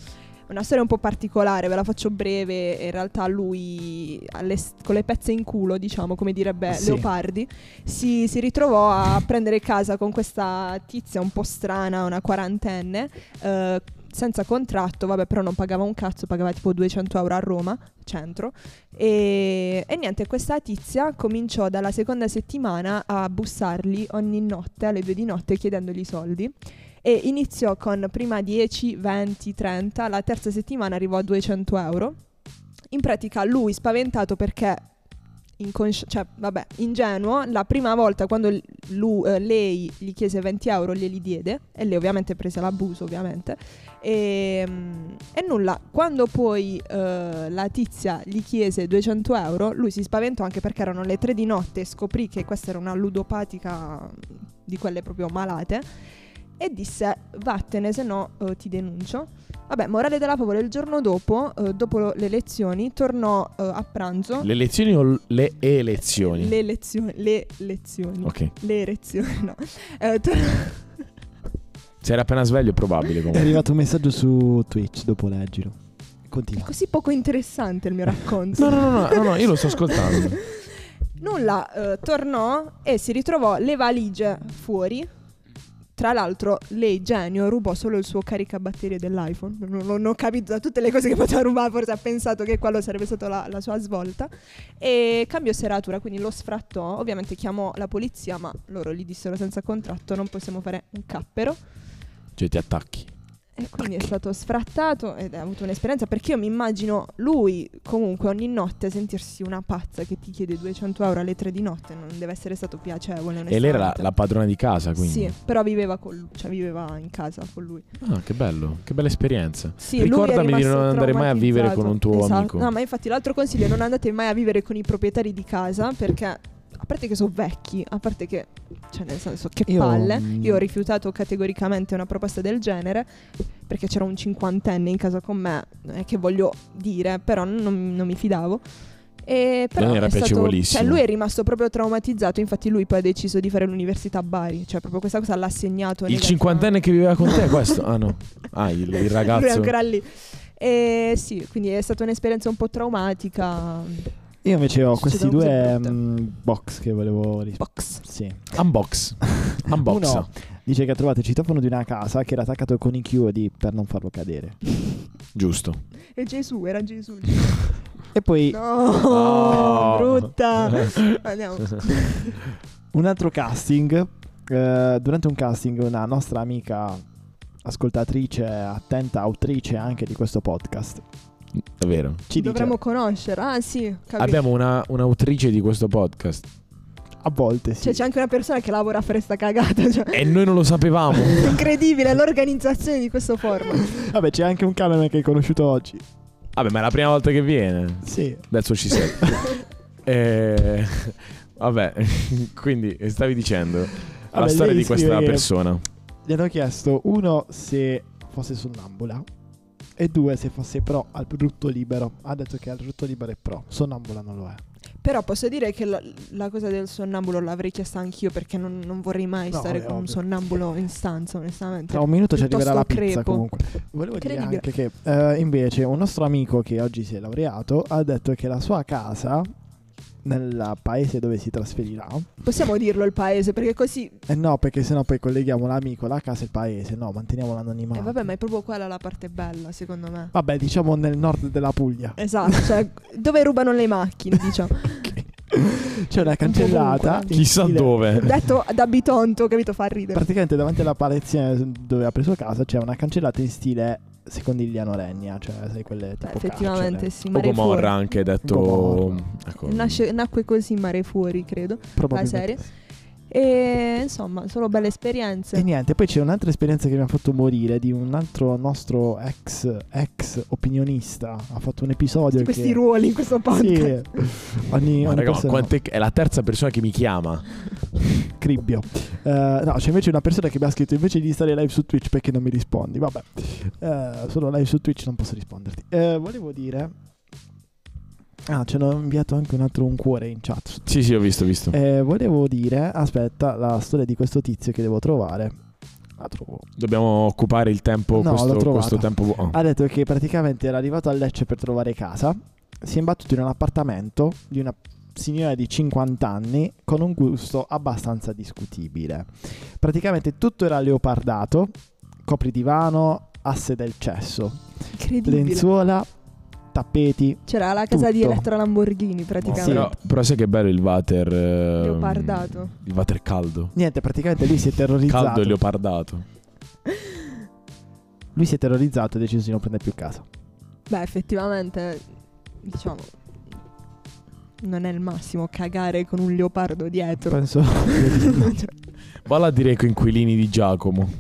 Speaker 1: Una storia un po' particolare, ve la faccio breve. In realtà lui alle s- con le pezze in culo, diciamo, come direbbe
Speaker 2: Sì.
Speaker 1: Leopardi, si, si ritrovò a prendere casa con questa tizia un po' strana, una quarantenne, eh, senza contratto, vabbè però non pagava un cazzo, pagava tipo 200 euro a Roma, centro, e, e niente, questa tizia cominciò dalla seconda settimana a bussarli ogni notte alle due di notte chiedendogli soldi. E iniziò con prima 10, 20, 30, la terza settimana arrivò a 200 euro. In pratica lui spaventato perché inconsci- cioè, vabbè, ingenuo, la prima volta quando l- lu- eh, lei gli chiese 20 euro glieli diede e lei ovviamente prese l'abuso ovviamente e, mm, e nulla, quando poi eh, la tizia gli chiese 200 euro lui si spaventò anche perché erano le 3 di notte e scoprì che questa era una ludopatica di quelle proprio malate e disse vattene se no eh, ti denuncio vabbè morale della favola il giorno dopo eh, dopo le lezioni tornò eh, a pranzo
Speaker 3: Le lezioni o l- le elezioni?
Speaker 1: le lezioni. Le lezioni.
Speaker 3: Ok.
Speaker 1: Le erezioni, no. Eh, tor-
Speaker 3: Se era appena sveglio è probabile
Speaker 2: È
Speaker 3: comunque.
Speaker 2: arrivato un messaggio su Twitch, dopo leggilo. Continua.
Speaker 1: è così poco interessante il mio racconto.
Speaker 3: No, no, no, no, no, no, io lo sto ascoltando.
Speaker 1: Nulla, eh, tornò e si ritrovò le valigie fuori. Tra l'altro, lei, genio, rubò solo il suo caricabatterie dell'iPhone. Non, non ho capito da tutte le cose che poteva rubare, forse ha pensato che quello sarebbe stata la, la sua svolta. E cambiò serratura, quindi lo sfrattò. Ovviamente chiamò la polizia, ma loro gli dissero senza contratto: non possiamo fare un cappero.
Speaker 3: Cioè ti attacchi.
Speaker 1: E quindi è stato sfrattato ed ha avuto un'esperienza perché io mi immagino lui comunque ogni notte sentirsi una pazza che ti chiede 200 euro alle 3 di notte, non deve essere stato piacevole.
Speaker 3: E lei era la,
Speaker 1: onestamente.
Speaker 3: la padrona di casa, quindi.
Speaker 1: Sì, però viveva con lui, cioè viveva in casa con lui.
Speaker 3: Ah, che bello, che bella esperienza.
Speaker 1: Sì, lui è
Speaker 3: Ricordami di non
Speaker 1: rimasto
Speaker 3: andare mai a vivere con
Speaker 1: traumatizzato.
Speaker 3: un tuo
Speaker 1: Esatto.
Speaker 3: amico.
Speaker 1: No, ma infatti l'altro consiglio è non andate mai a vivere con i proprietari di casa perché a parte che sono vecchi, a parte che cioè nel senso che
Speaker 2: Io-
Speaker 1: palle, io ho rifiutato categoricamente una proposta del genere perché c'era un cinquantenne in casa con me, eh, che voglio dire, però non, non mi fidavo. E però
Speaker 3: Non era
Speaker 1: è stato-
Speaker 3: piacevolissimo.
Speaker 1: cioè lui è rimasto proprio traumatizzato, infatti lui poi ha deciso di fare l'università a Bari, cioè proprio questa cosa l'ha segnato.
Speaker 3: Il
Speaker 1: negativamente.
Speaker 3: cinquantenne che viveva con te è questo? Ah no. Ah, il, il ragazzo.
Speaker 1: Eh, Lui è ancora lì. E sì, quindi è stata un'esperienza un po' traumatica.
Speaker 2: Io invece ho
Speaker 1: Succedono
Speaker 2: questi
Speaker 1: cose
Speaker 2: due
Speaker 1: brutte.
Speaker 2: mm, box che volevo rispondere.
Speaker 1: Box.
Speaker 2: Sì.
Speaker 3: Unbox. Unbox.
Speaker 2: Uno dice che ha trovato il citofono di una casa che era attaccato con i chiodi per non farlo cadere.
Speaker 3: Giusto.
Speaker 1: E Gesù, era Gesù.
Speaker 2: E poi
Speaker 1: No,
Speaker 3: No.
Speaker 1: brutta. Andiamo.
Speaker 2: un altro casting. eh, durante un casting, una nostra amica ascoltatrice, attenta autrice anche di questo podcast,
Speaker 3: È vero.
Speaker 2: ci dice
Speaker 1: Dovremmo conoscere. Ah, sì, capito.
Speaker 3: Abbiamo una, un'autrice di questo podcast.
Speaker 2: a volte sì.
Speaker 1: Cioè, c'è anche una persona che lavora a fare sta cagata. Cioè.
Speaker 3: E noi non lo sapevamo.
Speaker 1: Incredibile l'organizzazione di questo forum.
Speaker 2: Vabbè, c'è anche un canone che hai conosciuto oggi.
Speaker 3: Vabbè, ma è la prima volta che viene.
Speaker 2: Sì.
Speaker 3: That's what she said. Eh, Vabbè, quindi stavi dicendo la
Speaker 2: Vabbè,
Speaker 3: storia
Speaker 2: lei
Speaker 3: di questa
Speaker 2: scrive che
Speaker 3: persona.
Speaker 2: Gli hanno chiesto, uno, se fosse sonnambula. E due, se fosse pro al brutto libero. Ha detto che al brutto libero è pro. Sonnambula non lo è.
Speaker 1: Però posso dire che la, la cosa del sonnambulo l'avrei chiesta anch'io perché non, non vorrei mai
Speaker 2: No,
Speaker 1: stare
Speaker 2: vabbè,
Speaker 1: con un
Speaker 2: ovvio.
Speaker 1: sonnambulo in stanza, onestamente.
Speaker 2: Tra un minuto ci arriverà la
Speaker 1: Piuttosto
Speaker 2: pizza
Speaker 1: crepo.
Speaker 2: comunque. Volevo dire
Speaker 1: Incredibile.
Speaker 2: anche che eh, invece un nostro amico che oggi si è laureato ha detto che la sua casa nel paese dove si trasferirà
Speaker 1: Possiamo dirlo il paese perché così...
Speaker 2: eh no perché sennò poi colleghiamo l'amico alla casa e il paese no manteniamo
Speaker 1: E
Speaker 2: l'anonimato
Speaker 1: Eh, vabbè, ma è proprio quella la parte bella, secondo me.
Speaker 2: Vabbè, diciamo nel nord della Puglia
Speaker 1: Esatto, cioè dove rubano le macchine, diciamo. Eh,
Speaker 2: c'è una cancellata
Speaker 1: Comunque.
Speaker 2: in
Speaker 3: Chissà
Speaker 2: stile-
Speaker 3: dove.
Speaker 1: Detto da bitonto, capito, fa ridere.
Speaker 2: praticamente davanti alla palazzina dove ha preso casa c'è una cancellata in stile secondigliano Rennia cioè sai quelle
Speaker 1: Beh,
Speaker 2: tipo
Speaker 1: effettivamente
Speaker 2: carcere.
Speaker 1: sì,
Speaker 3: O
Speaker 1: mare fuori.
Speaker 3: Gomorra anche detto.
Speaker 2: Gomorra.
Speaker 3: Ecco,
Speaker 1: Nasce- nacque così mare fuori, credo.
Speaker 2: Probabilmente
Speaker 1: serie?
Speaker 2: sì.
Speaker 1: E insomma, solo belle
Speaker 2: E
Speaker 1: esperienze.
Speaker 2: niente, poi c'è un'altra esperienza che mi ha fatto morire di un altro nostro ex, ex opinionista. Ha fatto un episodio.
Speaker 1: Tutti questi
Speaker 2: che...
Speaker 1: ruoli in questo podcast.
Speaker 2: Sì, ogni, ogni
Speaker 3: Ma raga, ma
Speaker 2: persona-
Speaker 3: quante- è la terza persona che mi chiama.
Speaker 2: cribbio. Eh, no, c'è invece una persona che mi ha scritto invece di stare live su Twitch perché non mi rispondi. Vabbè, Eh, sono live su Twitch, non posso risponderti. Eh, volevo dire. Ah, ce n'ho inviato anche un altro un cuore in chat.
Speaker 3: Sì, sì, ho visto, ho visto.
Speaker 2: Eh, volevo dire, aspetta, la storia di questo tizio che devo trovare. La trovo.
Speaker 3: Dobbiamo occupare il
Speaker 2: No,
Speaker 3: tempo,
Speaker 2: l'ho
Speaker 3: questo,
Speaker 2: trovata. Ah,
Speaker 3: questo tempo. vu- oh.
Speaker 2: Ha detto che praticamente era arrivato a Lecce per trovare casa. Si è imbattuto in un appartamento di una signora di 50 anni con un gusto abbastanza discutibile. Praticamente tutto era leopardato, copridivano, asse del cesso,
Speaker 1: Incredibile.
Speaker 2: lenzuola, tappeti.
Speaker 1: C'era la casa di
Speaker 2: Tutto.
Speaker 1: Elettra Lamborghini, praticamente.
Speaker 3: Però, però sai che bello il water. ehm,
Speaker 1: Leopardato.
Speaker 3: Il water caldo.
Speaker 2: Niente, praticamente lui si è
Speaker 3: Caldo
Speaker 2: terrorizzato.
Speaker 3: e leopardato.
Speaker 2: Lui si è terrorizzato e ha deciso di non prendere più casa.
Speaker 1: Beh, effettivamente, diciamo, non è il massimo cagare con un leopardo
Speaker 3: Cioè,
Speaker 1: dietro. Cioè,
Speaker 2: Penso.
Speaker 3: Valla a dire ai coinquilini di Giacomo.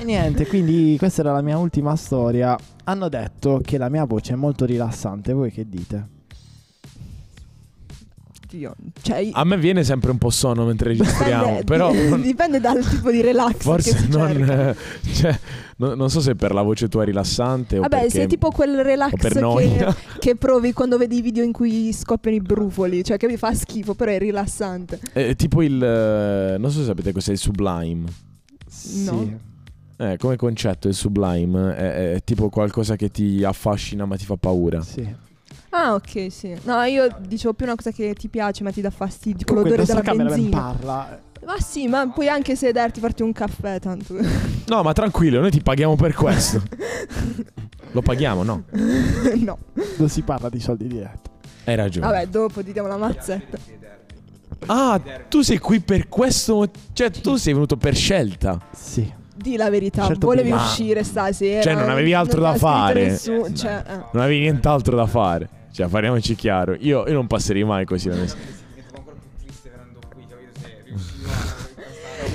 Speaker 2: E niente, quindi questa era la mia ultima storia. Hanno detto che la mia voce è molto rilassante, voi che dite?
Speaker 1: Dio. Cioè,
Speaker 3: A me viene sempre un po' sonno mentre registriamo.
Speaker 1: dipende,
Speaker 3: però.
Speaker 1: di-
Speaker 3: non-
Speaker 1: dipende dal tipo di relax che
Speaker 3: Forse
Speaker 1: si
Speaker 3: non,
Speaker 1: cerca.
Speaker 3: eh, cioè, no- non so se per la voce tua rilassante o
Speaker 1: Vabbè,
Speaker 3: perché,
Speaker 1: sei tipo quel relax
Speaker 3: o per
Speaker 1: che,
Speaker 3: noia.
Speaker 1: che provi quando vedi i video in cui scoppiano i brufoli, cioè che mi fa schifo, però è rilassante.
Speaker 3: Eh, tipo il eh, non so se sapete cos'è il sublime.
Speaker 1: No.
Speaker 3: Eh, come concetto il sublime è, è tipo qualcosa che ti affascina ma ti fa paura.
Speaker 2: Sì.
Speaker 1: Ah, ok, sì. No, io dicevo più una cosa che ti piace, ma ti dà fastidio, tipo
Speaker 2: Comunque,
Speaker 1: l'odore
Speaker 2: il nostro
Speaker 1: della
Speaker 2: cameraman
Speaker 1: benzina.
Speaker 2: parla.
Speaker 1: Ma sì, ma puoi anche sederti, farti un caffè, tanto.
Speaker 3: No, ma tranquillo, noi ti paghiamo per questo. Lo paghiamo, no?
Speaker 1: no.
Speaker 2: Non si parla di soldi diretti.
Speaker 3: Hai ragione.
Speaker 1: Vabbè, dopo ti diamo la mazzetta.
Speaker 3: Ah, tu sei qui per questo, mo- cioè tu sei venuto per scelta.
Speaker 2: Sì.
Speaker 1: Di la verità,
Speaker 2: Certo,
Speaker 1: volevi
Speaker 3: ma-
Speaker 1: uscire stasera.
Speaker 3: Cioè, non avevi altro
Speaker 1: non
Speaker 3: da
Speaker 1: ti ha scritto
Speaker 3: fare.
Speaker 1: nessuno, cioè, eh.
Speaker 3: Non avevi nient'altro da fare. Cioè, parliamoci chiaro, io, io non passerei mai così la mia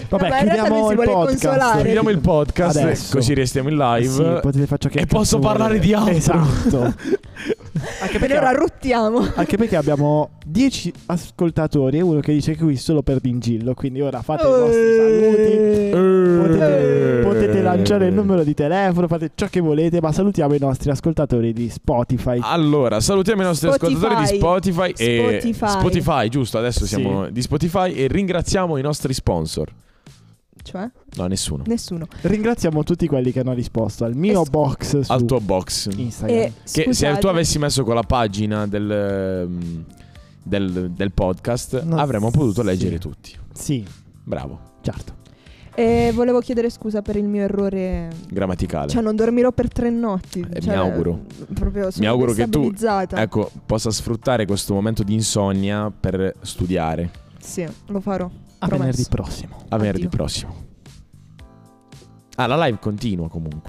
Speaker 2: Vabbè,
Speaker 1: Vabbè, in realtà lui
Speaker 2: chiudiamo
Speaker 1: si
Speaker 2: il
Speaker 1: vuole
Speaker 2: podcast.
Speaker 1: consolare.
Speaker 3: Chiudiamo il podcast,
Speaker 2: Adesso.
Speaker 3: così restiamo in live.
Speaker 2: Sì,
Speaker 1: Eh
Speaker 2: potete faccio che
Speaker 3: E
Speaker 2: cazzo
Speaker 3: posso parlare
Speaker 2: volete.
Speaker 3: di altro.
Speaker 2: Esatto. anche,
Speaker 1: Per ora rottiamo.
Speaker 2: anche perché abbiamo 10 ascoltatori e uno che dice che qui solo per Dingillo. Quindi ora fate i vostri saluti. Potete,
Speaker 3: Eh.
Speaker 2: potete lanciare il numero di telefono, fate ciò che volete, ma salutiamo i nostri ascoltatori di Spotify.
Speaker 3: Ah. Allora, salutiamo i nostri
Speaker 1: Spotify.
Speaker 3: ascoltatori di Spotify, e
Speaker 1: Spotify.
Speaker 3: Spotify, giusto, adesso
Speaker 2: Sì.
Speaker 3: siamo di Spotify e ringraziamo i nostri sponsor.
Speaker 1: Cioè,
Speaker 3: No, nessuno.
Speaker 1: nessuno.
Speaker 2: Ringraziamo tutti quelli che hanno risposto al mio
Speaker 1: E-
Speaker 2: box su
Speaker 3: Al tuo box.
Speaker 2: Instagram.
Speaker 1: E
Speaker 3: Che se
Speaker 1: Eh, scusate-
Speaker 3: tu avessi messo con la pagina del, ehm, del- del podcast,
Speaker 2: No,
Speaker 3: avremmo potuto
Speaker 2: sì.
Speaker 3: leggere tutti.
Speaker 2: Sì,
Speaker 3: Bravo,
Speaker 2: certo.
Speaker 1: E eh, volevo chiedere scusa per il mio errore.
Speaker 3: grammaticale.
Speaker 1: Cioè, non dormirò per tre notti.
Speaker 3: Eh,
Speaker 1: Cioè,
Speaker 3: mi auguro.
Speaker 1: Proprio sono
Speaker 3: Mi auguro che tu-
Speaker 1: destabilizzata.
Speaker 3: Ecco, possa sfruttare questo momento di insonnia per studiare.
Speaker 1: Sì, lo farò.
Speaker 2: A
Speaker 1: Promesso.
Speaker 2: venerdì prossimo.
Speaker 3: A venerdì
Speaker 1: Addio.
Speaker 3: prossimo. Ah, la live continua comunque.